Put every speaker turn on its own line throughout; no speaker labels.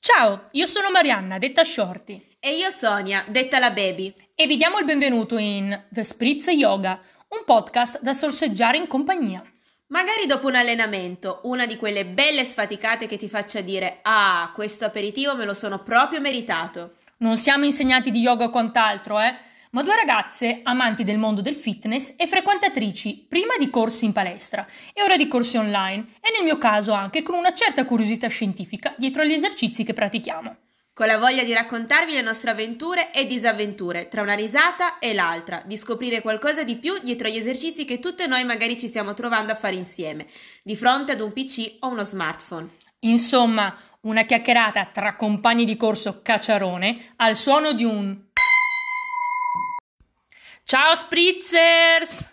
Ciao, io sono Marianna, detta Shorty,
E io Sonia, detta la baby.
e vi diamo il benvenuto in The Spritz Yoga, un podcast da sorseggiare in compagnia.
Magari dopo un allenamento, una di quelle belle sfaticate che ti faccia dire Ah, questo aperitivo me lo sono proprio meritato.
Non siamo insegnati di yoga o quant'altro, eh? Ma due ragazze, amanti del mondo del fitness e frequentatrici prima di corsi in palestra e ora di corsi online, e nel mio caso anche con una certa curiosità scientifica dietro agli esercizi che pratichiamo.
Con la voglia di raccontarvi le nostre avventure e disavventure, tra una risata e l'altra, di scoprire qualcosa di più dietro agli esercizi che tutte noi magari ci stiamo trovando a fare insieme, di fronte ad un PC o uno smartphone.
Insomma, una chiacchierata tra compagni di corso cacciarone al suono di un. Ciao Spritzers!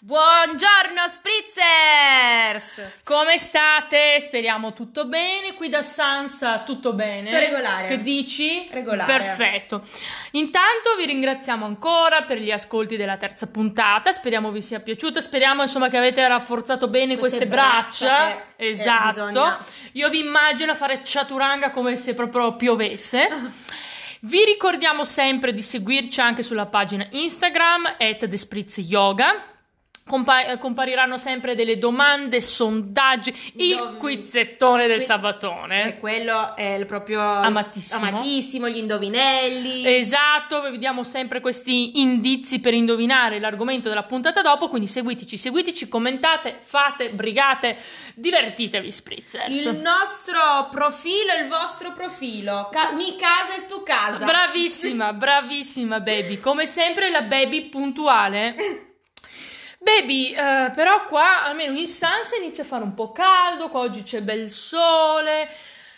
Buongiorno Spritzers!
Come state? Speriamo tutto bene. Qui da Sansa tutto bene.
Tutto regolare.
Che dici?
Regolare.
Perfetto. Intanto vi ringraziamo ancora per gli ascolti della terza puntata. Speriamo vi sia piaciuta. Speriamo insomma che avete rafforzato bene queste, braccia.
che- che
esatto.
bisogna-
Io vi immagino a fare chaturanga come se proprio piovesse. Vi ricordiamo sempre di seguirci anche sulla pagina Instagram at The Spritz Yoga. Compa- eh, compariranno sempre delle domande, sondaggi, il
Indovini.
quizzettone del
Qui- E
Sabatone.
quello è il proprio
Eh? Amatissimo.
amatissimo, gli indovinelli.
Esatto, vi diamo sempre questi indizi per indovinare l'argomento della puntata dopo, quindi seguiteci, seguiteci, commentate, fate, brigate, divertitevi, spritzers.
Il nostro profilo, il vostro profilo. Ca- mi casa e tu casa.
Bravissima, bravissima baby, come sempre la baby puntuale. Baby, eh, però qua almeno in Sansa inizia a fare un po' caldo, qua oggi c'è bel sole.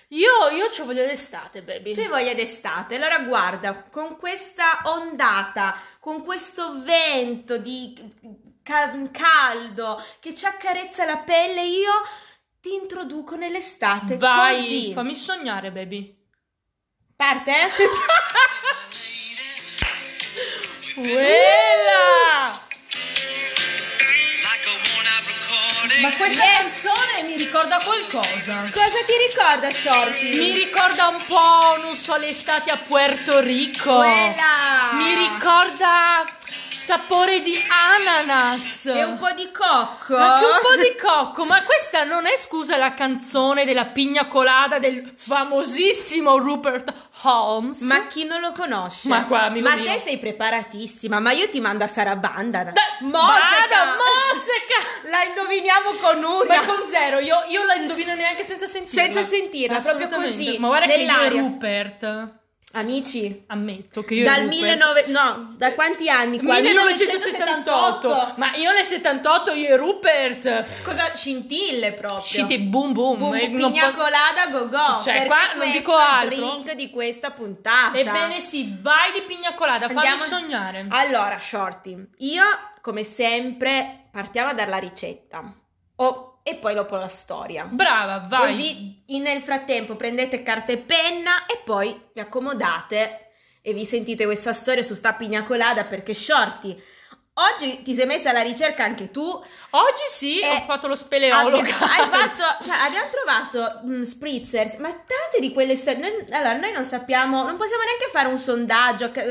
Io, io ci voglio d'estate, baby.
Tu hai voglia d'estate, allora guarda, con questa ondata, con questo vento di ca- mm, caldo che ci accarezza la pelle, io ti introduco nell'estate.
Vai,
così.
fammi sognare, baby.
Parte?
Quella!
Like a worn-out recording.
Ma questa canzone mi ricorda qualcosa.
Cosa ti ricorda, Shorty?
Mi ricorda un po', non so, l'estate a Puerto Rico.
Quella!
Mi ricorda sapore di ananas.
E un po' di cocco.
Anche Esatto. un po' di cocco, ma questa non è scusa la canzone della pigna colada del famosissimo Rupert Holmes.
Ma chi non lo conosce?
Ma qua, amico
Ma
mio.
te sei preparatissima, ma io ti mando a Sarabanda.
Da- Vada,
Mosica!
Moseca!
La indoviniamo con una.
Ma con zero, io, io la indovino neanche senza sentirla.
Senza sentirla, proprio
Assolutamente.
così,
Ma guarda che io
nell'aria.
e Rupert,
Amici,
ammetto che io e
dal
Rupert-
19... No, da quanti anni qua?
1978. Ma io nel 78 io e Rupert.
Cosa? Scintille proprio.
Uscite boom boom.
Boom,
eh, non
pigna
po-
colada go go.
Cioè,
perché
qua non dico
questo è il
altro.
drink di questa puntata.
Ebbene sì, vai di pigna colada, fammi
Andiamo-
sognare.
Allora, Shorty, io come sempre partiamo dalla ricetta Oh, e poi dopo la storia.
Brava, vai.
Così in- nel frattempo prendete carta e penna e poi vi accomodate e vi sentite questa storia su sta pigna colada perché Shorty, oggi ti sei messa alla ricerca anche tu.
Oggi sì,
Eh,
ho fatto lo
Abbi-
speleologo.
hai fatto, cioè, abbiamo trovato mm, spritzers, ma tante di quelle storie. noi- allora, noi non sappiamo, non possiamo neanche fare un sondaggio a, ca-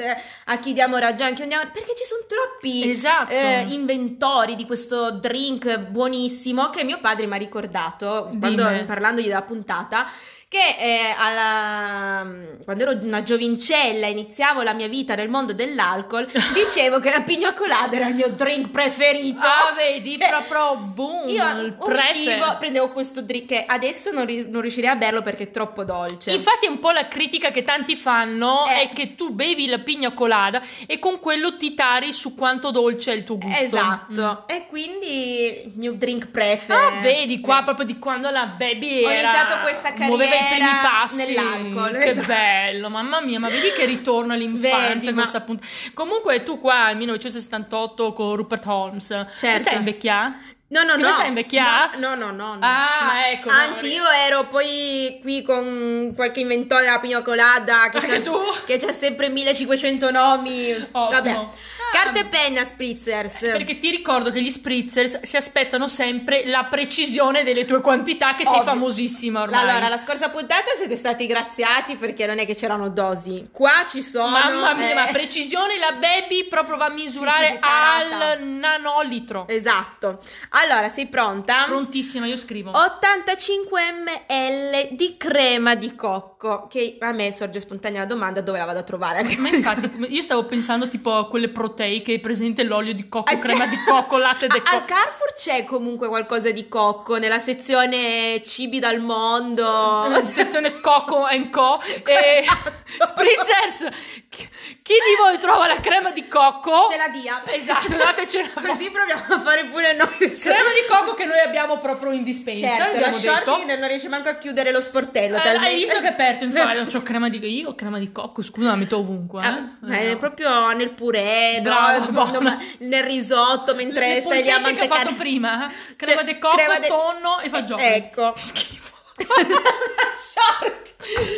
a chi diamo ragione, a chi non diamo- perché ci sono troppi
Esatto.
eh, inventori di questo drink buonissimo che mio padre mi ha ricordato quando,
Dimmi.
parlandogli della puntata che eh, alla- quando ero una giovincella e iniziavo la mia vita nel mondo dell'alcol dicevo che la pigna colada era il mio drink preferito
Ah, vedi,
Cioè,
proprio boom. il
io uscivo,
prefer.
prendevo questo drink che adesso non, ri- non riuscirei a berlo perché è troppo dolce
Infatti, un po' la critica che tanti fanno
Eh.
è che tu bevi la pigna colada e con quello ti tari su quanto dolce è il tuo gusto. Mm.
esatto e quindi il mio drink prefer
Ah, vedi qua proprio di quando la baby
Certo. Ho
era-
iniziato questa carriera
muoveva i primi passi
nell'alcol,
Che
esatto.
bello, mamma mia, ma vedi che ritorno all'infanzia
Vedi, ma-
questa puntata. Comunque tu qua nel 1978 con Rupert Holmes,
Certo.
stai invecchiando?
No, no,
Che
no.
mi sa invecchiare?
No, no, no. no.
Ah,
Cioè,
ecco,
Anzi,
Maurizio.
io ero poi qui con qualche inventore della pinocolada che,
Anche
c'ha,
tu?
che c'ha sempre 1500 nomi.
Ottimo.
Vabbè. Carta e
Ah. Eh,
penna, spritzers.
Perché ti ricordo che gli spritzers si aspettano sempre la precisione delle tue quantità, che sei
Ovvio.
famosissima ormai.
Allora, la scorsa puntata siete stati graziati perché non è che c'erano dosi. Qua ci sono.
Mamma mia,
eh,
ma precisione la baby proprio va a misurare
Sì, sì, sì, tarata.
al nanolitro.
Esatto. Allora, sei pronta?
Prontissima, io scrivo.
85 ml di crema di cocco. Che a me sorge spontanea la domanda dove la vado a trovare.
Ma infatti, come- io stavo pensando tipo a quelle proteiche, presente l'olio di cocco,
Ah,
crema
c'è-
di cocco, latte di
A- Al
cocco.
Carrefour c'è comunque qualcosa di cocco nella sezione cibi dal mondo.
Eh, Sezione Coco and Co. E
Esatto.
Spritzers, chi chi di voi trova la crema di cocco?
Ce la dia.
Esatto, datecela.
Così proviamo a fare pure noi.
Crema di cocco che noi abbiamo proprio in dispensa.
Certo, la
abbiamo detto.
Shorty non riesce manco a chiudere lo sportello.
Eh,
talmente-
hai visto che è aperto infatti? Non c'ho crema di io ho crema di cocco, scusa, la metto ovunque. eh.
Ah, ma
Eh,
è
no.
proprio nel purè, no?
Brava,
No,
buona.
ma nel risotto mentre
Le
stai lì a
polpette che ho
mantecare.
fatto prima, eh. crema
Cioè,
di cocco,
crema de-
tonno e fagioli.
Ecco.
Schifo.
Shorty.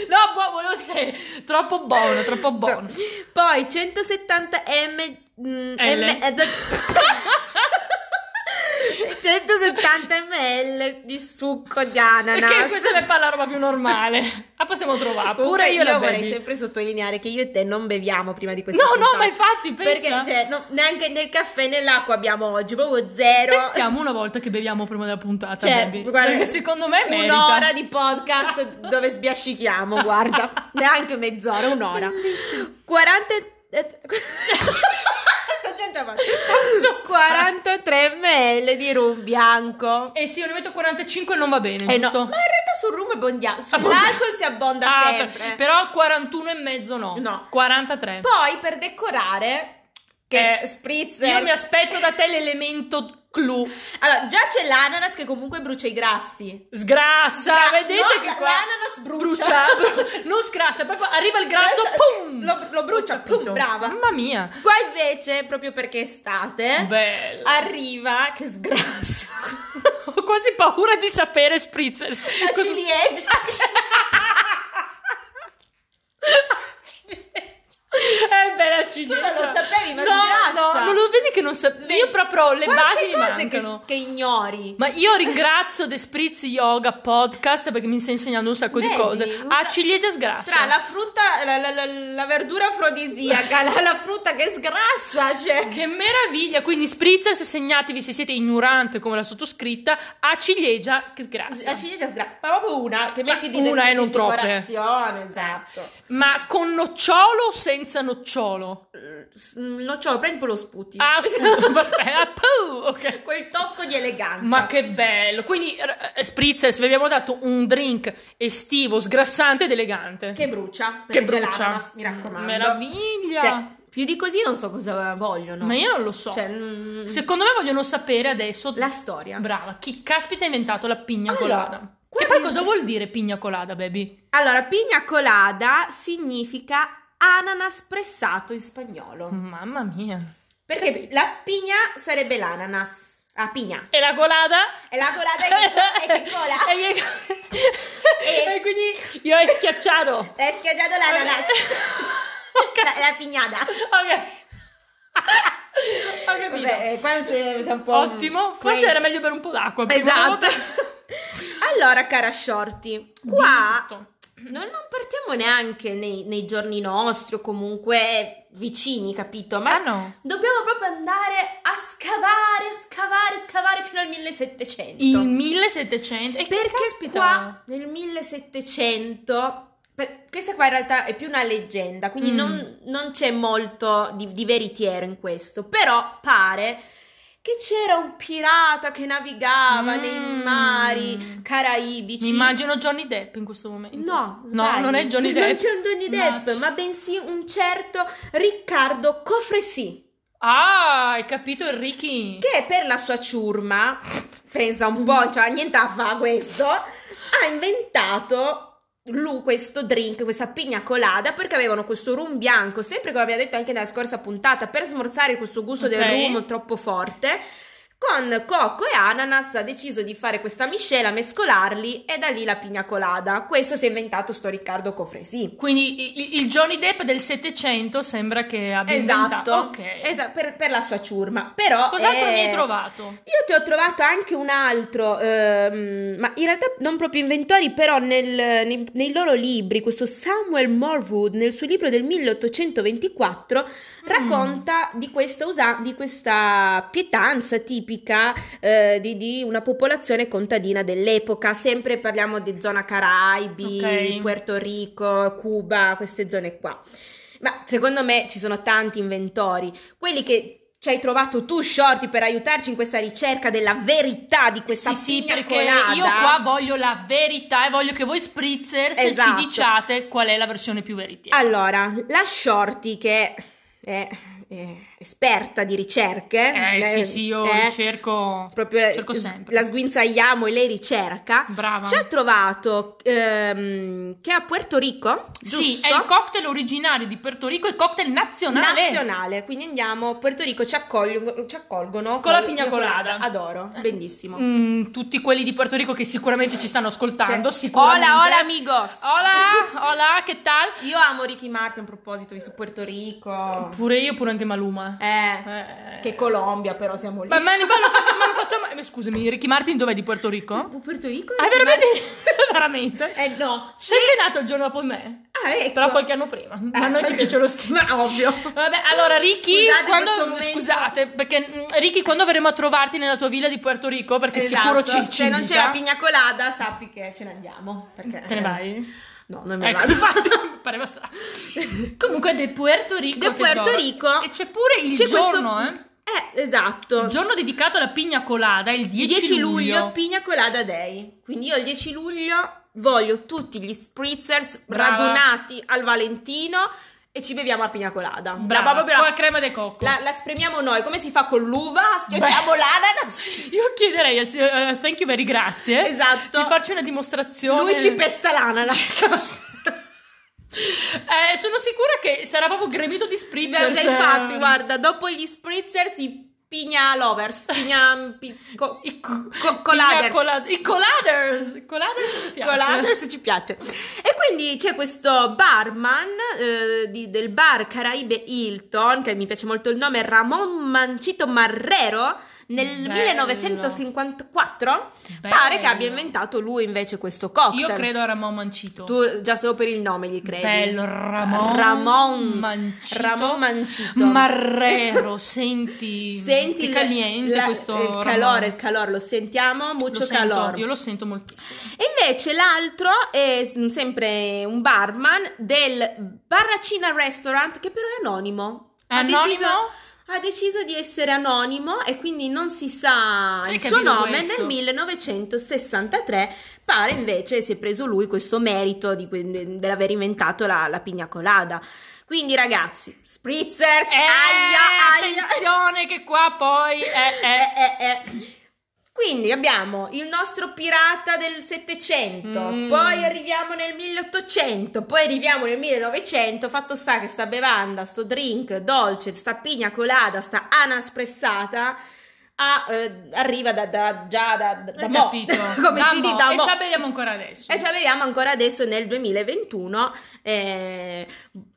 No, buono, volevo dire troppo buono, troppo buono.
Poi 170 m. mm,
L.
m- ed- 170 ml di succo di ananas.
Perché questa è la roba più normale. La possiamo trovare.
Oppure
Pure io
io,
la
vorrei
bevi.
sempre sottolineare che io e te non beviamo prima di questa
No, no,
puntata.
ma infatti,
Perché
pensa.
cioè, no, neanche nel caffè né nell'acqua abbiamo oggi, proprio zero.
Testiamo una volta che beviamo prima della puntata,
Cioè,
baby.
guarda,
Perché secondo me merita.
un'ora di podcast dove sbiascichiamo, guarda, neanche mezz'ora, un'ora. 40 eh, Sto già- già fatto.
so
43 ml di rum bianco.
E se io ne metto 45 non va bene,
Eh no,
giusto?
ma in realtà sul rum abbondiamo,
Abbonda-
sull'alcol si abbonda
Ah, per-
sempre.
però 41 e mezzo no.
No.
43.
Poi per decorare che
Eh,
spritzer
Io mi aspetto da te l'elemento clou.
Allora, già c'è l'ananas che comunque brucia i grassi.
Sgrassa,
Gra-
vedete
no,
che
la-
qua
l'ananas brucia.
bru- non sgrassa, proprio arriva il grasso,
Grasso-
pum!
lo- lo brucia,
Ho capito.
pum, brava. Eh?
Mamma mia.
Qua invece, proprio perché è estate,
Bello.
arriva che sgrassa
Ho quasi paura di sapere spritzers.
la
Cosa-
ciliegia.
Eh beh, la ciliegia.
Tu non lo sapevi, ma
no,
sgrassa.
no, non lo vedi che non sapevo. Io proprio le
Quante
basi mi
cose che-
mancano.
Che, ignori.
Ma io ringrazio The Spritz Yoga Podcast perché mi sta insegnando un sacco di
Vedi,
cose.
usa-
Ah, ciliegia sgrassa.
Tra la frutta, la, la- la- la verdura afrodisiaca, la, la frutta che sgrassa, cioè.
Che meraviglia! Quindi Spritzer, se segnatevi se siete ignorante come la sottoscritta, a ciliegia che sgrassa.
La ciliegia sgrassa, ma proprio una che
Ma
metti di
una
di-
e non
di
troppe.
decorazione, esatto.
Ma con nocciolo o senza nocciolo?
S- Non ce lo prendi poi lo sputi.
Ah, scusa, perfetto. Ah, puh, ok.
Quel tocco di eleganza.
Ma che bello! Quindi r- eh, Spritzer, se vi abbiamo dato un drink estivo, sgrassante ed elegante.
Che brucia.
Che
perché c'è l'ananas, mi
Mm,
raccomando.
Meraviglia!
Cioè, più di così non so cosa vogliono.
Ma io non lo so.
Cioè, mm,
Secondo me vogliono sapere adesso
la storia.
Brava, chi caspita ha inventato la pigna
Allora,
colada? Che
qua
poi
mi-
cosa vuol dire pigna colada, baby?
Allora, pigna colada significa ananas pressato in spagnolo.
Mamma mia.
Perché la pigna sarebbe l'ananas. La pigna.
E la colada?
E la colada è che, è che cola.
E che-
E-
e quindi io ho schiacciato.
Hai schiacciato l'ananas.
Ok.
La, la pignada.
Ok. Ho capito.
Vabbè, eh, qua si- si è un po'... mm,
Ottimo. Forse
crazy.
era meglio bere un po' d'acqua. prima
Esatto.
volta.
allora, cara Shorty,
Dimmi
qua
tutto.
non, non partiamo neanche nei, nei giorni nostri o comunque vicini, capito? Ma
Ah no.
dobbiamo proprio andare a scavare, scavare, scavare fino al 1700.
Il 1700. E
Perché
che caspita.
qua nel 1700... per- questa qua in realtà è più una leggenda, quindi
Mm.
non, non c'è molto di, di veritiero in questo, però pare che c'era un pirata che navigava
Mm.
nei mari caraibici.
Mi immagino Johnny Depp in questo momento.
No,
no,
sbagli.
non è Johnny
Non
Depp.
c'è un Johnny Depp,
Mannaggia.
ma bensì un certo Riccardo Cofresì,
Ah, hai capito Enrichi?
che per la sua ciurma, pensa un po', cioè niente a fa questo, ha inventato lui questo drink, questa pigna colada, perché avevano questo rum bianco, sempre come abbiamo detto anche nella scorsa puntata, per smorzare questo gusto
Ok.
del rum troppo forte. con cocco e ananas ha deciso di fare questa miscela, mescolarli e da lì la pigna colada. Questo si è inventato sto Riccardo Cofresi.
Quindi i- i- il Johnny Depp del 700 sembra che abbia
Esatto,
inventato. Ok.
Esa- per, per la sua ciurma. Però
Cos'altro
eh,
mi hai trovato?
Io ti ho trovato anche un altro, ehm, ma in realtà non proprio inventori, però nel- nei, nei loro libri, questo Samuel Morwood nel suo libro del 1824
Mm.
racconta di questa, usa- di questa pietanza tipica eh, di, di una popolazione contadina dell'epoca, sempre parliamo di zona Caraibi,
Ok.
Puerto Rico, Cuba, queste zone qua. Ma secondo me ci sono tanti inventori quelli che ci hai trovato tu, Shorty, per aiutarci in questa ricerca della verità di questa
sì, sì,
pigna
perché
colada.
io qua voglio la verità e voglio che voi spritzer se
Esatto.
ci diciate qual è la versione più veritiera.
Allora, la Shorty che è, è esperta di ricerche.
eh, sì, sì, io
eh,
cerco
Proprio
cerco
s-
sempre.
la sguinzagliamo e lei ricerca.
brava.
Ci ha trovato ehm, che a Puerto Rico,
Sì,
giusto?
è il cocktail originario di Porto Rico, il cocktail nazionale.
nazionale. Quindi andiamo, Puerto Rico ci, accolgono- ci accolgono
Con la pigna colada. Eh.
Adoro, bellissimo.
Mm, tutti quelli di Porto Rico che sicuramente ci stanno ascoltando,
Cioè,
sicuramente.
Hola, hola, amigos.
Hola, hola, che tal?
Io amo Ricky Martin a proposito, visto Puerto Rico.
Pure io, pure anche Maluma.
Eh,
Mm. Eh.
che Colombia, però siamo lì.
Ma, ma- ma lo fa- ma lo facciamo... eh, Scusami, Ricky Martin dov'è di Porto Rico?
Pu- Oh, Puerto Rico?
Ah, veramente? veramente?
Eh no.
Sei che è nato il giorno dopo me?
Ah, ecco.
Però qualche anno prima. Ma a noi ci piace lo stesso.
Eh. Ma ovvio.
Vabbè, allora Ricky,
Scusate questo
quando,
momento.
scusate, perché mm, Ricky, quando verremo a trovarti nella tua villa di Puerto Rico, perché sicuro ci,
Esatto.
ci
Se non c'è
invita.
la pigna colada, sappi che ce ne andiamo. Perché...
Te ne vai?
No, non me ne
Ecco,
vado.
infatti, pareva strano. Comunque, de Puerto Rico.
De Puerto
tesoro.
Rico.
E c'è pure il
C'è questo-
giorno, eh.
Eh, esatto.
Il giorno dedicato alla pigna colada, il 10,
10 luglio, Pigna Colada Day. Quindi io il 10 luglio voglio tutti gli spritzers
Brava.
radunati al Valentino e ci beviamo la pigna colada.
Brava,
La- proprio la-
con la crema de cocco.
la, la spremiamo noi, come si fa con l'uva? Schiacciamo
Beh.
l'ananas.
Io chiederei a signor- eh, thank you very grazie.
Esatto.
Di farci una dimostrazione.
Lui ci pesta l'ananas.
Eh, sono sicura che sarà proprio gremito di spritzers. eh.
Esatto, Infatti, guarda, dopo gli spritzers i pigna lovers, pigna pi, co-
I co-
co- coladers.
pigna cola- I coladers. Coladers mi piace.
Coladers ci piace. E quindi c'è questo barman eh, di- del bar Caraibe Hilton, che mi piace molto il nome, Ramon Mancito Marrero, nel
Bello.
1954.
Bello.
Pare che abbia inventato lui invece questo cocktail.
Io credo a Ramon Mancito.
Tu già solo per il nome gli credi.
Bello, Ramon.
Ramon
Mancito.
Ramon Mancito.
Marrero, senti,
Senti
che
il-
caliente
la-
questo
il
Ramon.
calore, il calore, lo sentiamo,
Lo
mucho
sento,
calore.
Io lo sento moltissimo.
E invece l'altro è s- sempre un barman del Barracina Restaurant, che però è anonimo. Ha
Anonimo?
deciso- ha deciso di essere anonimo e quindi non si sa
Sai
il
che
suo
vedo
nome.
questo?
Nel 1963 pare invece si è preso lui questo merito di que- dell'aver inventato la, la pigna colada. Quindi ragazzi, spritzers,
Eh,
aia, aia.
attenzione che qua poi è, è-
Eh, eh, eh. Quindi abbiamo il nostro pirata del 700,
Mm.
poi arriviamo nel 1800, poi arriviamo nel 1900. Fatto sta che sta bevanda, sto drink dolce, sta pigna colada, sta anas pressata. a, eh, arriva da, da- già da, da, Eh, da
hai
mo.
capito?
come
Da
si dice
mo.
da
e
mo. Eh,
ci beviamo ancora adesso.
E ci abbiamo ancora adesso nel 2021. eh,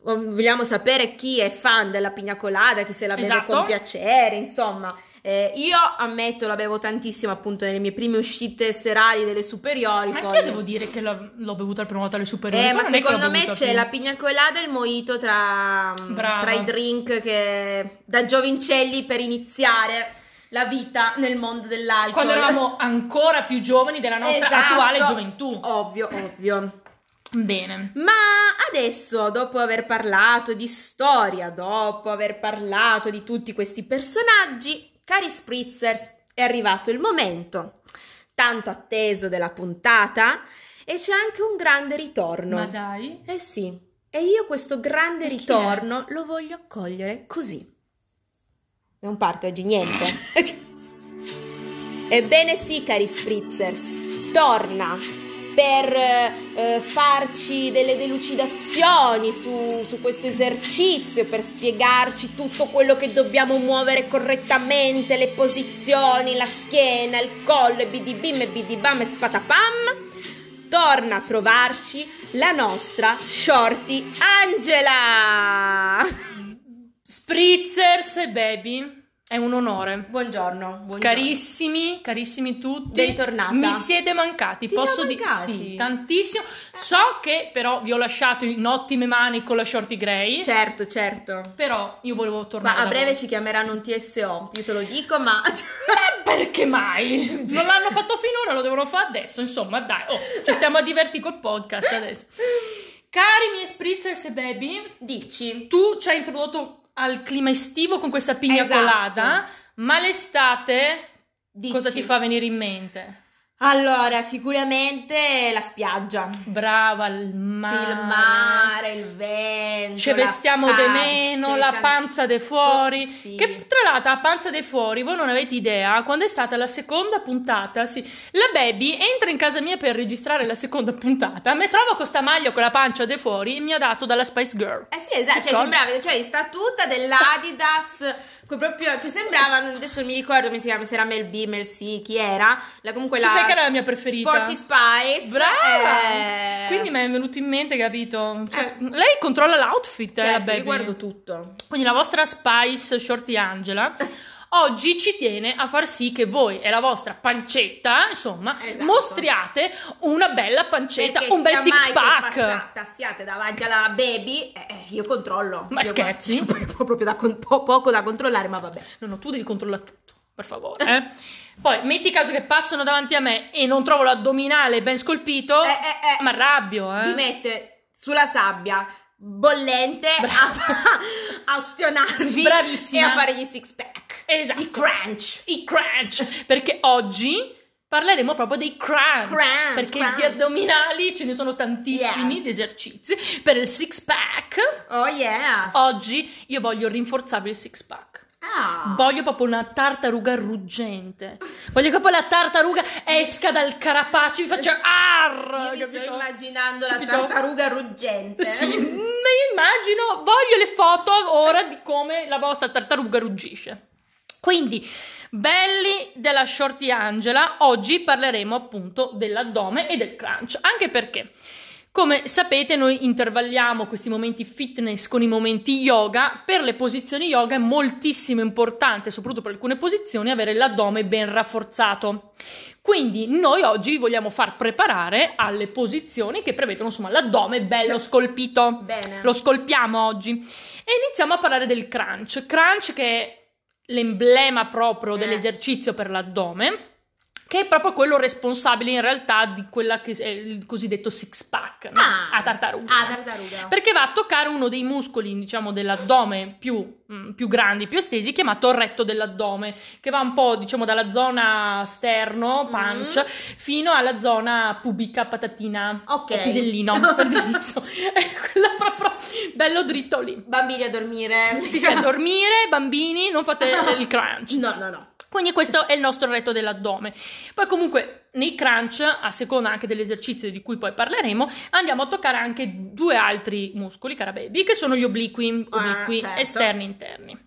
vogliamo sapere chi è fan della pigna colada, chi se la beve
Esatto.
con piacere, insomma. Eh, io ammetto, la bevo tantissimo appunto nelle mie prime uscite serali delle superiori.
Ma
poi-
anche io devo dire che l'ho, l'ho bevuta la prima volta alle superiori.
Eh,
però
ma
non è che l'ho
secondo me
bevuta
c'è
prima.
la pigna colada e il mojito tra, mm,
Brava.
tra i drink che da giovincelli per iniziare la vita nel mondo dell'alcol.
Quando eravamo ancora più giovani della nostra
Esatto.
attuale gioventù.
Ovvio, ovvio.
Bene.
Ma adesso, dopo aver parlato di storia, dopo aver parlato di tutti questi personaggi, cari spritzers, è arrivato il momento tanto atteso della puntata e c'è anche un grande ritorno.
Ma dai.
Eh sì, e io questo grande
chi è?
ritorno lo voglio accogliere così. Non parte oggi niente. Ebbene sì, cari spritzers, torna per eh, farci delle delucidazioni su, su questo esercizio, per spiegarci tutto quello che dobbiamo muovere correttamente, le posizioni, la schiena, il collo, e bidibim e bidibam e spatapam, torna a trovarci la nostra Shorty Angela!
Spritzers e baby, è un onore.
Buongiorno, buongiorno.
Carissimi, carissimi tutti.
Bentornata.
Mi siete mancati,
Ti
posso
siamo
dire
mancati.
sì, tantissimo. So che però vi ho lasciato in ottime mani con la Shorty Grey,
Certo, certo.
però io volevo tornare
Ma a
da
breve
voi.
ci chiameranno un TSO, io te lo dico, ma
Ma perché mai? Non l'hanno fatto finora, lo devono fare adesso. Insomma, dai, oh, ci stiamo a divertire col podcast adesso. Cari miei spritzers e baby,
dici.
tu ci hai introdotto al clima estivo con questa pigna
Esatto.
colada, ma l'estate
dici.
cosa ti fa venire in mente?
Allora, sicuramente la spiaggia.
Brava, il mare.
Il mare, il vento.
Ci vestiamo
de
de meno, la panza de fuori.
Oh, Sì.
Che tra l'altro la panza dei fuori, voi non avete idea, quando è stata la seconda puntata, sì, la baby entra in casa mia per registrare la seconda puntata, mi trovo con sta maglia con la pancia dei fuori e mi ha dato dalla Spice Girl.
Eh sì, esatto, cioè
Ricordo.
sembrava, cioè statuta dell'Adidas, que- proprio, cioè sembrava, adesso non mi ricordo come si chiama, se era Mel B, Mel C, chi era, la, comunque la
tu sai che era la mia preferita?
Sporty Spice.
Brava!
eh,
Quindi mi è venuto in mente, capito? Cioè,
Eh.
Lei controlla l'outfit, eh, la
certo,
baby.
io guardo tutto.
Quindi la vostra Spice Shorty Angela oggi ci tiene a far sì che voi e la vostra pancetta, insomma,
Esatto.
mostriate una bella pancetta,
Perché
Cioè, un bel
sia
six
mai che
pack.
passata siate davanti alla baby, eh, eh, io controllo.
Ma
Io
scherzi?
guardo, c'è proprio da con- po- poco da controllare, ma vabbè.
No, no, tu devi controllare tutto, per favore. eh. Poi metti caso che passano davanti a me e non trovo l'addominale ben scolpito,
Eh, eh, eh.
Oh, ma arrabbio, eh.
Mi mette sulla sabbia bollente a, a ustionarvi
Bravissima.
e a fare gli six pack.
Esatto.
I crunch.
I crunch, perché oggi parleremo proprio dei crunch,
Crunch,
perché
crunch.
di addominali ce ne sono tantissimi
Yes.
di esercizi per il six pack.
Oh yeah.
Oggi io voglio rinforzarvi il six pack.
Ah.
Voglio proprio una tartaruga ruggente. Voglio che poi la tartaruga esca dal carapace e vi faccia
Io
arr.
mi
capito?
sto immaginando
Capito?
la tartaruga ruggente.
Sì, mi immagino. Voglio le foto ora di come la vostra tartaruga ruggisce. Quindi, belli della Shorty Angela, oggi parleremo appunto dell'addome e del crunch. Anche perché. Come sapete, noi intervalliamo questi momenti fitness con i momenti yoga. Per le posizioni yoga è moltissimo importante, soprattutto per alcune posizioni, avere l'addome ben rafforzato. Quindi noi oggi vi vogliamo far preparare alle posizioni che prevedono insomma l'addome bello scolpito.
Bene.
Lo scolpiamo oggi. E iniziamo a parlare del crunch. Crunch che è l'emblema proprio
Eh.
dell'esercizio per l'addome, che è proprio quello responsabile in realtà di quella che è il cosiddetto six pack no?
Ah.
a tartaruga.
Ah, tartaruga.
perché va a toccare uno dei muscoli, diciamo, dell'addome più, mm, più grandi, più estesi, chiamato retto dell'addome, che va un po', diciamo, dalla zona
Mm.
sterno, pancia, fino alla zona pubica, patatina, o
Ok.
pisellino, per dire, insomma, è quella proprio bello dritto lì.
Bambini a dormire.
Si sa dormire, bambini, non fate il crunch.
Eh, No, no, no.
Quindi questo è il nostro retto dell'addome. Poi comunque nei crunch, a seconda anche dell'esercizio di cui poi parleremo, andiamo a toccare anche due altri muscoli, cara baby, che sono gli obliqui,
Ah,
obliqui
certo.
esterni e interni.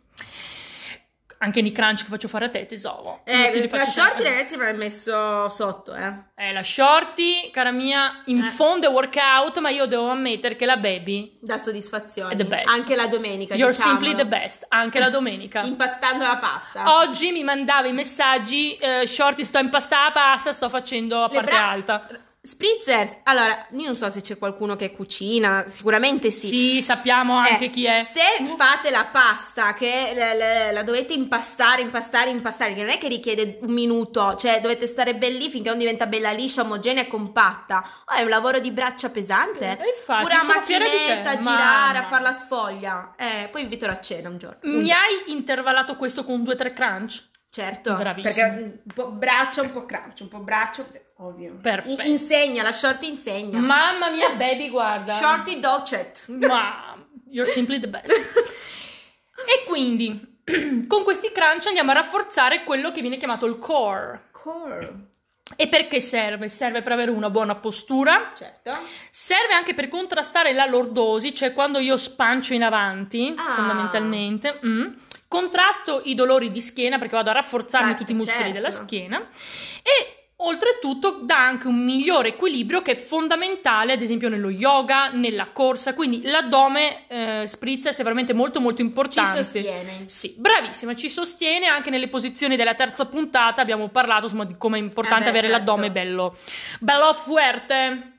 Anche nei crunch che faccio fare a te, tesoro. Non te li
Eh, la
faccio
shorty,
sempre.
ragazzi, mi ha messo sotto, eh.
Eh, la shorty, cara mia, in
Eh.
fondo è workout, ma io devo ammettere che la baby,
Da soddisfazione.
È the best.
Anche la domenica.
you're
diciamolo.
simply the best, Oh. anche la domenica.
Impastando la pasta.
Oggi mi mandava i messaggi, eh, shorty sto impastando la pasta, sto facendo a
Le
parte
bra-
alta.
Spritzers. Allora, io non so se c'è qualcuno che cucina, sicuramente sì.
Sì, sappiamo anche
Eh,
chi è.
Se fate la pasta che le- le- la dovete impastare, impastare, impastare, che non è che richiede un minuto, cioè dovete stare belli lì finché non diventa bella liscia, omogenea e compatta. Oh, è un lavoro di braccia pesante.
Eh, infatti,
Pure a
sono fiera di te,
macchinetta, a
mamma. Mm,
girare, a fare la sfoglia. Eh, poi invito a cena un giorno. Un
Mi hai intervallato questo con due o tre crunch?
Certo,
Bravissima.
perché un po' braccia, un po' crunch, un po' braccio, ovvio.
Perfetto.
I- insegna, la shorty insegna.
Mamma mia, baby, guarda.
Shorty docet.
Ma you're simply the best. e quindi con questi crunch andiamo a rafforzare quello che viene chiamato il core.
Core.
E perché serve? Serve per avere una buona postura,
Certo.
serve anche per contrastare la lordosi, cioè quando io spancio in avanti,
Ah.
fondamentalmente. mm. Contrasto i dolori di schiena perché vado a rafforzarmi
Esatto,
tutti i muscoli
certo.
della schiena e oltretutto dà anche un migliore equilibrio che è fondamentale ad esempio nello yoga, nella corsa, quindi l'addome eh, sprizza è veramente molto molto
Ci
importante.
sostiene.
Sì, bravissima, ci sostiene anche nelle posizioni della terza puntata, abbiamo parlato insomma di come è importante
Eh beh,
avere
certo.
l'addome bello, bello fuerte.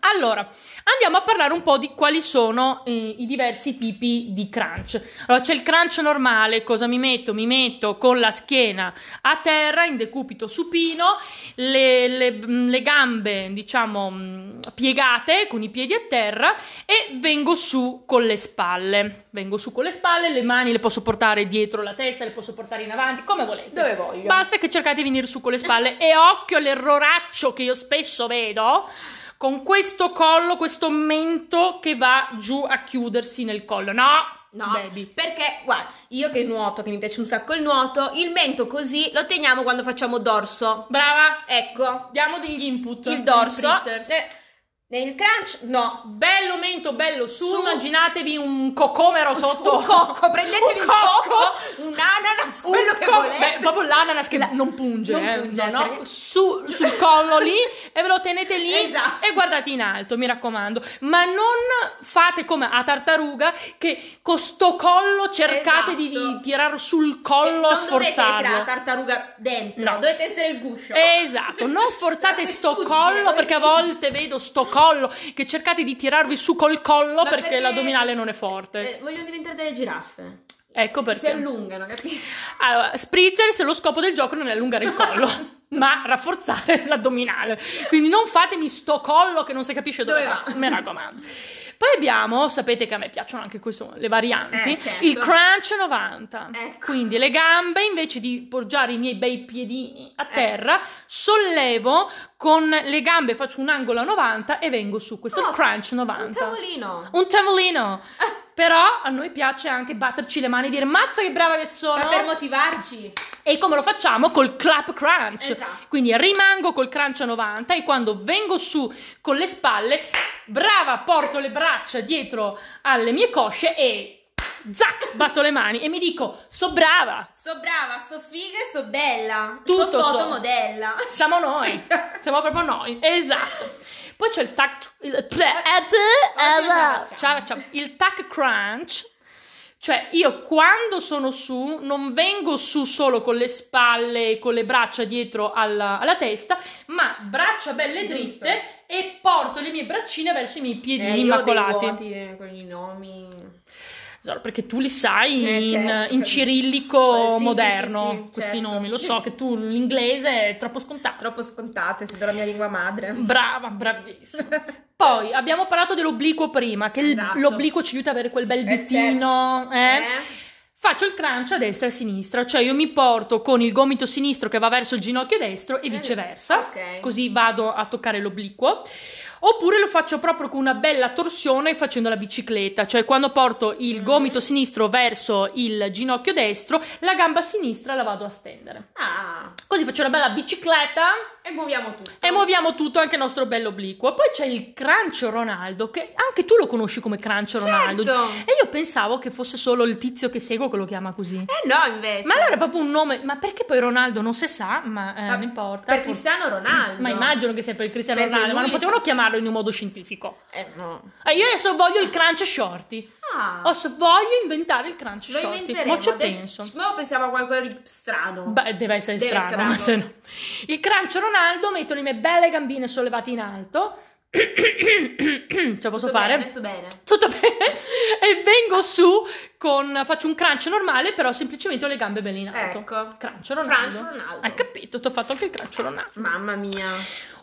Allora, andiamo a parlare un po' di quali sono eh, i diversi tipi di crunch. Allora, c'è il crunch normale, cosa mi metto? Mi metto con la schiena a terra in decupito supino, le, le- mh, le gambe diciamo mh, piegate con i piedi a terra e vengo su con le spalle. Vengo su con le spalle, le mani le posso portare dietro la testa, le posso portare in avanti, come volete.
Dove voglio.
Basta che cercate di venire su con le spalle e occhio all'erroraccio che io spesso vedo con questo collo, questo mento che va giù a chiudersi nel collo. No,
No,
baby.
perché guarda, io che nuoto, che mi piace un sacco il nuoto, il mento così lo teniamo quando facciamo dorso.
Brava.
Ecco,
Diamo degli input.
il dorso.
spritzers.
eh, nel crunch, no.
Bello mento, bello su.
Su.
Immaginatevi un cocomero sotto.
Un cocco, prendetevi un cocco, un ananas,
Un
quello che
co-
volete.
beh, proprio l'ananas che
La-
non punge,
non
eh,
punge,
no, no,
perché-
su- sul collo lì e ve lo tenete lì
Esatto.
e guardate in alto, mi raccomando. Ma non fate come a tartaruga che con sto collo cercate di,
Esatto.
di tirar sul
Cioè,
collo a
non dovete esatto. essere la
sforzarlo.
tartaruga dentro,
No.
dovete essere il guscio.
Esatto, non sforzate
Dovete
sto
spingere,
collo
dovete
perché a
spingere.
volte vedo sto collo che cercate di tirarvi su col collo
Ma
perché, l'addominale non è forte.
eh, vogliono diventare delle giraffe.
ecco perché.
Si allungano, capito?
Allora, spritzer se lo scopo del gioco non è allungare il collo, ma rafforzare l'addominale. Quindi non fatemi sto collo che non si capisce dove,
Dove
va,
va.
mi raccomando. Poi abbiamo, sapete che a me piacciono anche questo, le varianti,
Eh, certo.
il crunch 90.
Ecco.
Quindi le gambe, invece di poggiare i miei bei piedini
Eh.
a terra, sollevo con le gambe, faccio un angolo a 90 e vengo su. Questo è
Oh,
il crunch
Un
90.
tavolino.
Un tavolino. Però a noi piace anche batterci le mani e dire mazza che brava che sono.
Ma per motivarci.
E come lo facciamo? Col clap crunch.
Esatto.
Quindi rimango col crunch a 90 e quando vengo su con le spalle, brava, porto le braccia dietro alle mie cosce e zac, batto le mani e mi dico, so brava,
So brava, so figa e so bella.
Tutto
so
so.
fotomodella.
siamo noi,
Esatto.
siamo proprio noi, esatto. Poi c'è il tac, il, eh,
ce la facciamo.
ciao, ciao. il tac crunch. Cioè, io quando sono su, non vengo su solo con le spalle e con le braccia dietro alla, alla testa, ma braccia belle
Giusto.
dritte e porto le mie braccine verso i miei piedini
Eh, io ho dei
immacolati.
vuoti, eh, con i nomi.
Solo perché tu li sai
Eh,
in,
certo,
in
capito. Eh, sì,
cirillico
sì,
moderno,
sì, sì,
questi
certo.
nomi. Lo so che tu l'inglese è troppo scontato.
Troppo scontate, essendo la mia lingua madre.
Brava, bravissima. Poi abbiamo parlato dell'obliquo prima, che il-
Esatto.
l'obliquo ci aiuta ad avere quel bel
Eh,
vicino. eh. Faccio il crunch a destra e a sinistra, cioè io mi porto con il gomito sinistro che va verso il ginocchio destro e viceversa,
Eh, ok.
così vado a toccare l'obliquo, oppure lo faccio proprio con una bella torsione facendo la bicicletta, cioè quando porto il
Mhm.
gomito sinistro verso il ginocchio destro, la gamba sinistra la vado a stendere.
Ah,
Così faccio una bella bicicletta
e muoviamo tutto.
e muoviamo tutto anche il nostro bello obliquo. Poi c'è il crunch Ronaldo, che anche tu lo conosci come crunch Ronaldo.
Certo.
E io pensavo che fosse solo il tizio che seguo che lo chiama così.
Eh no, invece.
Ma allora è proprio un nome, ma perché poi Ronaldo non si sa, ma eh,
Ma
non importa.
Per
forse-
Cristiano Ronaldo.
Ma immagino che sia per Cristiano
Perché
Ronaldo, ma
lui-
non potevano chiamarlo in un modo scientifico.
Eh no.
Eh, io adesso voglio il crunch shorty.
Ah.
Adesso voglio inventare il crunch
Lo
Oh, shorty.
inventeremo.
Mo' ci
dai.
penso.
Mo pensiamo a qualcosa di strano.
Beh, deve essere
Deve
strano,
strano.
ma se no. Il crunch Ronaldo, metto le mie belle gambine sollevate in alto. Ce la posso
tutto
fare?
Bene, tutto bene.
Tutto bene. e vengo su con faccio un crunch normale, però semplicemente ho le gambe belle in alto.
Ecco.
Crunch Ronaldo.
Crunch Ronaldo.
Hai capito? Ti ho fatto anche il crunch Ronaldo.
Mamma mia.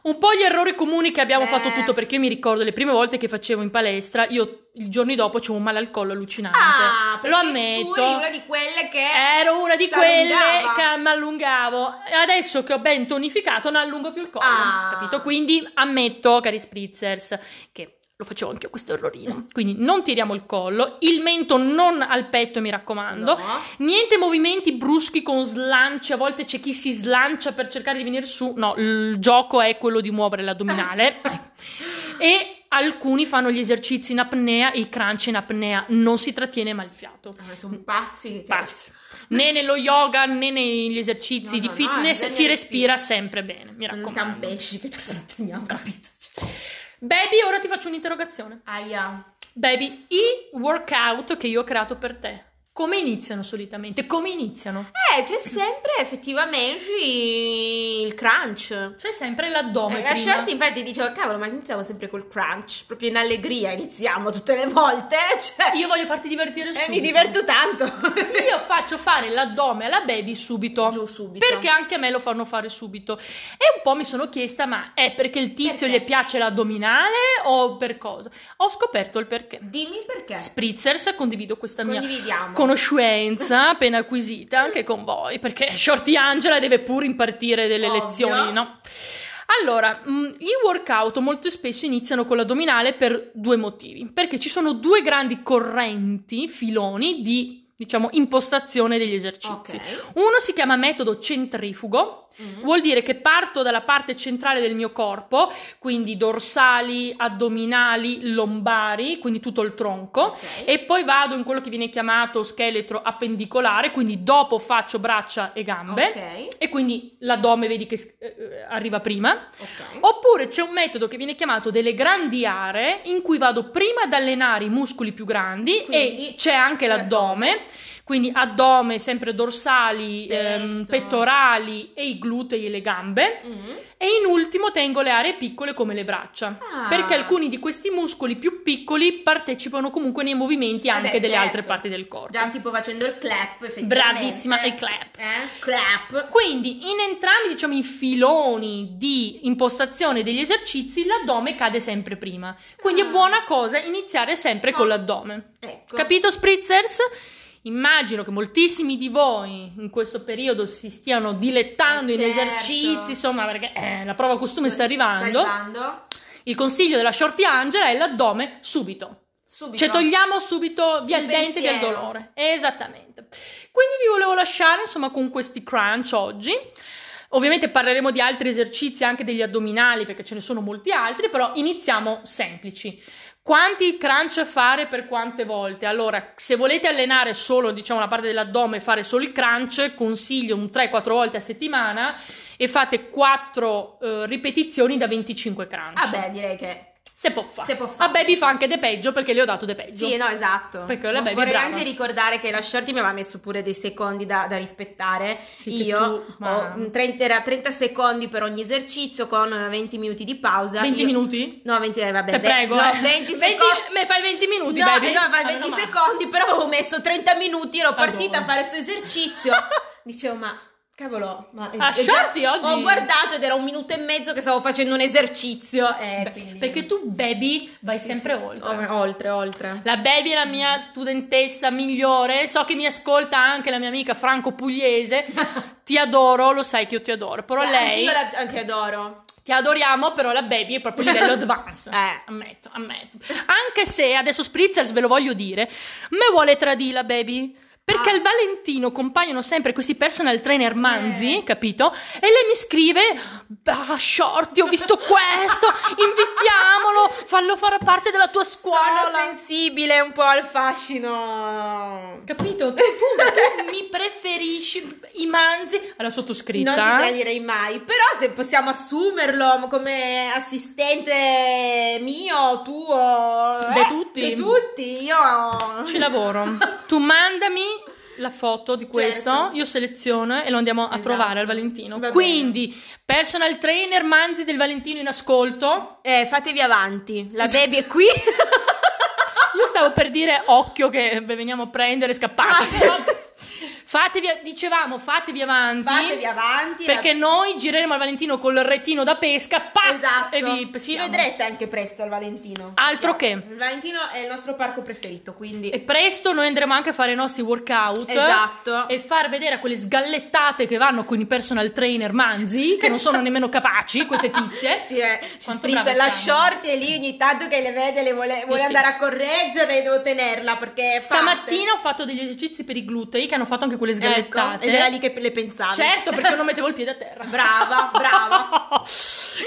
Un po' gli errori comuni che abbiamo
Eh.
fatto tutto perché io mi ricordo le prime volte che facevo in palestra, io i giorni dopo c'avevo un male al collo allucinante.
Ah,
Lo
perché
ammetto. Eh,
Tu eri una di quelle che
Ero una di
si
quelle
allungava.
che mi allungavo. E Adesso che ho ben tonificato, non allungo più il collo.
Ah.
Capito? Quindi ammetto, cari spritzers, che Lo facevo anche io questo
Mm.
errorino. Quindi non tiriamo il collo, il mento non al petto, mi raccomando.
No.
Niente movimenti bruschi con slanci, a volte c'è chi si slancia per cercare di venire su. No, il gioco è quello di muovere l'addominale.
Ah.
Ecco. e alcuni fanno gli esercizi in apnea, i crunch in apnea, non si trattiene mai il fiato.
Ah, sono pazzi che
Pazzi. Né nello yoga né negli esercizi
No,
di
no, no,
fitness
bisogna
si respira
respirare.
sempre bene, mi
non siamo
raccomando.
pesci che tratteniamo, capito? Cioè.
Baby, ora ti faccio un'interrogazione.
Aia.
Baby, i workout che io ho creato per te, come iniziano solitamente? Come iniziano?
Eh, c'è sempre effettivamente il crunch.
C'è sempre l'addome
Eh, La
prima.
short infatti dicevo, cavolo, ma iniziamo sempre col crunch, proprio in allegria iniziamo tutte le volte, cioè,
Io voglio farti divertire
eh,
subito.
mi diverto tanto.
Io faccio fare l'addome alla baby subito.
Giù subito.
Perché anche a me lo fanno fare subito. E un po' mi sono chiesta, ma è perché il tizio
Perché?
gli piace l'addominale o per cosa? Ho scoperto il perché.
Dimmi perché.
Spritzers, condivido questa mia
Eh. Condividiamo.
conoscenza appena acquisita anche con voi, perché Shorty Angela deve pur impartire delle
Ovvio.
lezioni, no? Allora, mh, gli workout molto spesso iniziano con l'addominale per due motivi, perché ci sono due grandi correnti, filoni di, diciamo, impostazione degli esercizi.
Ok.
Uno si chiama metodo centrifugo,
Mm.
Vuol dire che parto dalla parte centrale del mio corpo, quindi dorsali, addominali, lombari, quindi tutto il tronco,
Ok.
e poi vado in quello che viene chiamato scheletro appendicolare, quindi dopo faccio braccia e gambe,
Ok,
e quindi l'addome vedi che eh, arriva prima.
ok.
Oppure c'è un metodo che viene chiamato delle grandi aree, in cui vado prima ad allenare i muscoli più grandi e
Quindi, Certo.
c'è anche
l'addome.
l'addome, quindi addome, sempre dorsali, ehm,
Petto.
pettorali e i glutei e le gambe.
Mm.
E in ultimo tengo le aree piccole come le braccia,
Ah.
perché alcuni di questi muscoli più piccoli partecipano comunque nei movimenti
Vabbè,
anche delle
certo.
altre parti del corpo.
Già tipo facendo il clap, effettivamente.
Bravissima, il clap.
Eh? Clap.
Quindi in entrambi diciamo, i filoni di impostazione degli esercizi l'addome cade sempre prima. Quindi è
Ah.
buona cosa iniziare sempre con
Ah.
l'addome.
Ecco.
Capito Spritzers? Immagino che moltissimi di voi in questo periodo si stiano dilettando
Eh,
in
certo.
esercizi, insomma, perché eh, la prova costume sta arrivando.
Sta arrivando.
Il consiglio della Shorty Angela è l'addome subito.
Subito.
Cioè togliamo subito via il,
Il
dente via il
pensiero.
dolore. Esattamente. Quindi vi volevo lasciare insomma con questi crunch oggi. Ovviamente parleremo di altri esercizi anche degli addominali perché ce ne sono molti altri, però iniziamo semplici. Quanti crunch fare per quante volte? Allora, se volete allenare solo diciamo la parte dell'addome e fare solo il crunch, consiglio un 3-4 volte a settimana e fate 4 eh, ripetizioni da 25 crunch.
Vabbè, Ah, direi che...
Se può fare.
Se può fa,
A
se
Baby
può
fa
fa.
anche de peggio perché le ho dato de peggio.
Sì, no, esatto.
Perché la
Ma
baby è
Vorrei
brava.
anche ricordare che la shorty mi aveva messo pure dei secondi da, da rispettare.
Sì, che
Io
tu-
ho
ma-
un 30, era 30 secondi per ogni esercizio con 20 minuti di pausa.
20
Io-
minuti?
No, 20, eh, vabbè.
Te
ve-
prego.
no,
eh.
20
20
secondi.
Me fai 20 minuti,
No,
baby.
no, fa
Ah,
20
meno male.
secondi, però avevo messo 30 minuti, ero partita
Madonna.
a fare questo esercizio. Dicevo, ma cavolo, ma
Ah,
eh, già-
shorty oggi?
Ho guardato ed era un minuto e mezzo che stavo facendo un esercizio. eh,
Beh,
quindi-
Perché tu, baby, vai sempre oltre.
Oh, oltre, oltre.
La baby è la mia studentessa migliore. So che mi ascolta anche la mia amica Franco Pugliese. ti adoro, lo sai che io ti adoro. Però
Cioè,
lei.
Anch'io la, anche adoro.
Ti adoriamo, però la baby è proprio livello advanced.
Eh.
Ammetto, ammetto. Anche se adesso Spritzers ve lo voglio dire, me vuole tradire la baby. Perché
Ah.
al Valentino compaiono sempre questi personal trainer manzi,
Eh.
capito? E lei mi scrive: Ah, Shorty, ho visto questo, invitiamolo, fallo fare parte della tua scuola.
Sono sensibile un po' al fascino.
Capito? Tu, tu mi preferisci i manzi alla
Non
sottoscritta.
ti tradirei mai, però se possiamo assumerlo come assistente mio, tuo,
Beh,
eh,
tutti.
di tutti, io
Ci lavoro. Tu mandami la foto di questo,
Certo.
io seleziono e lo andiamo a
Esatto.
trovare al Valentino.
Va bene.
Quindi, personal trainer Manzi del Valentino in ascolto.
Eh, fatevi avanti, la baby è qui.
Io stavo per dire occhio che beh, veniamo a prendere e scappate.
Ah, sì.
ma- Fatevi, dicevamo, fatevi avanti.
Fatevi avanti. la-
Perché noi gireremo al Valentino col retino da pesca, paf,
Esatto.
e vi
Ci
pessiamo.
vedrete anche presto al Valentino.
Altro che.
Il Valentino è il nostro parco preferito, quindi
E presto noi andremo anche a fare i nostri workout
Esatto.
e far vedere a quelle sgallettate che vanno con i personal trainer manzi, che non sono nemmeno capaci, queste tizie.
Sì, eh, ci
Quanto
sprizza
brave
la
siamo.
short e lì ogni tanto che le vede le vuole, vuole
sì.
andare a correggere e devo tenerla perché parte.
Stamattina ho fatto degli esercizi per i glutei che hanno fatto anche quelle
ecco,
sgallettate.
ed era lì che le pensavo.
Certo, perché io non mettevo il piede a terra.
Brava, brava.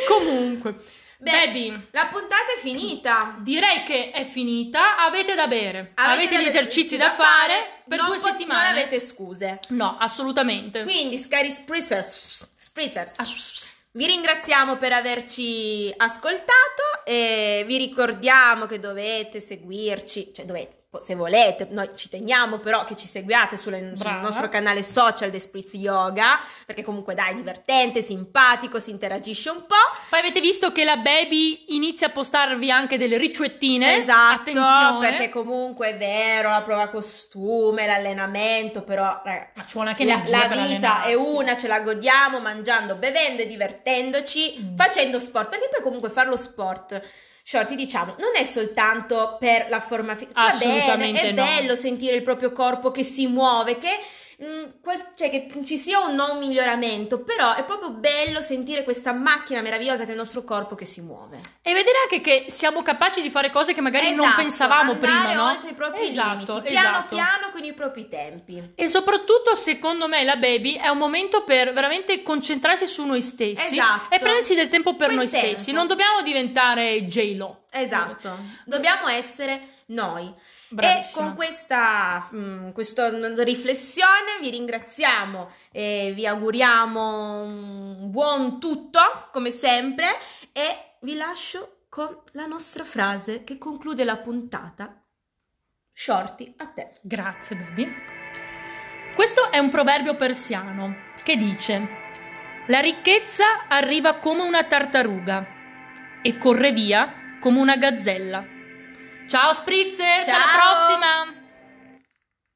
Comunque,
Beh,
Baby,
La puntata è finita.
direi che è finita. Avete da bere, avete,
da-
gli esercizi da, fare per
non
due
pot-
settimane.
Non avete scuse.
No, assolutamente. Ah,
Quindi, Scary Spritzers, Spritzers,
Ass-
vi ringraziamo per averci ascoltato e vi ricordiamo che dovete seguirci, cioè dovete, po- se volete, noi ci teniamo però che ci seguiate sulle- sul
Brava.
nostro canale social The Spritz Yoga, perché comunque dai, è divertente, simpatico, si interagisce un po'.
Poi avete visto che la baby inizia a postarvi anche delle ricettine.
esatto,
Eh? Attenzione.
perché comunque è vero, la prova costume, l'allenamento, però raga,
Ma ci vuole anche
la,
energia
la
per
vita è
allenarsi.
una, ce la godiamo mangiando, bevendo e divertendoci,
Mm.
facendo sport, perché poi comunque fare lo sport, shorty diciamo, non è soltanto per la forma fisica, va bene,
Assolutamente
è
no.
bello sentire il proprio corpo che si muove, che, mm, qual- cioè, che ci sia o no un miglioramento, però è proprio bello sentire questa macchina meravigliosa che è il nostro corpo che si muove.
E vedere anche che siamo capaci di fare cose che magari non
Esatto,
pensavamo
andare
prima, no?
oltre i propri
esatto,
limiti, piano
esatto.
piano con i propri tempi.
E soprattutto, secondo me, la baby è un momento per veramente concentrarsi su noi stessi
Esatto.
e prendersi del tempo per
Quel
noi
tempo.
stessi. Non dobbiamo diventare J-Lo.
Esatto, dobbiamo essere noi.
Bravissima.
E con questa mm, questa riflessione vi ringraziamo e vi auguriamo un buon tutto, come sempre, e vi lascio con la nostra frase che conclude la puntata. Shorty a te.
Grazie, baby. Questo è un proverbio persiano che dice: La ricchezza arriva come una tartaruga e corre via come una gazzella. Ciao, Spritzer!
Ciao!
Alla prossima!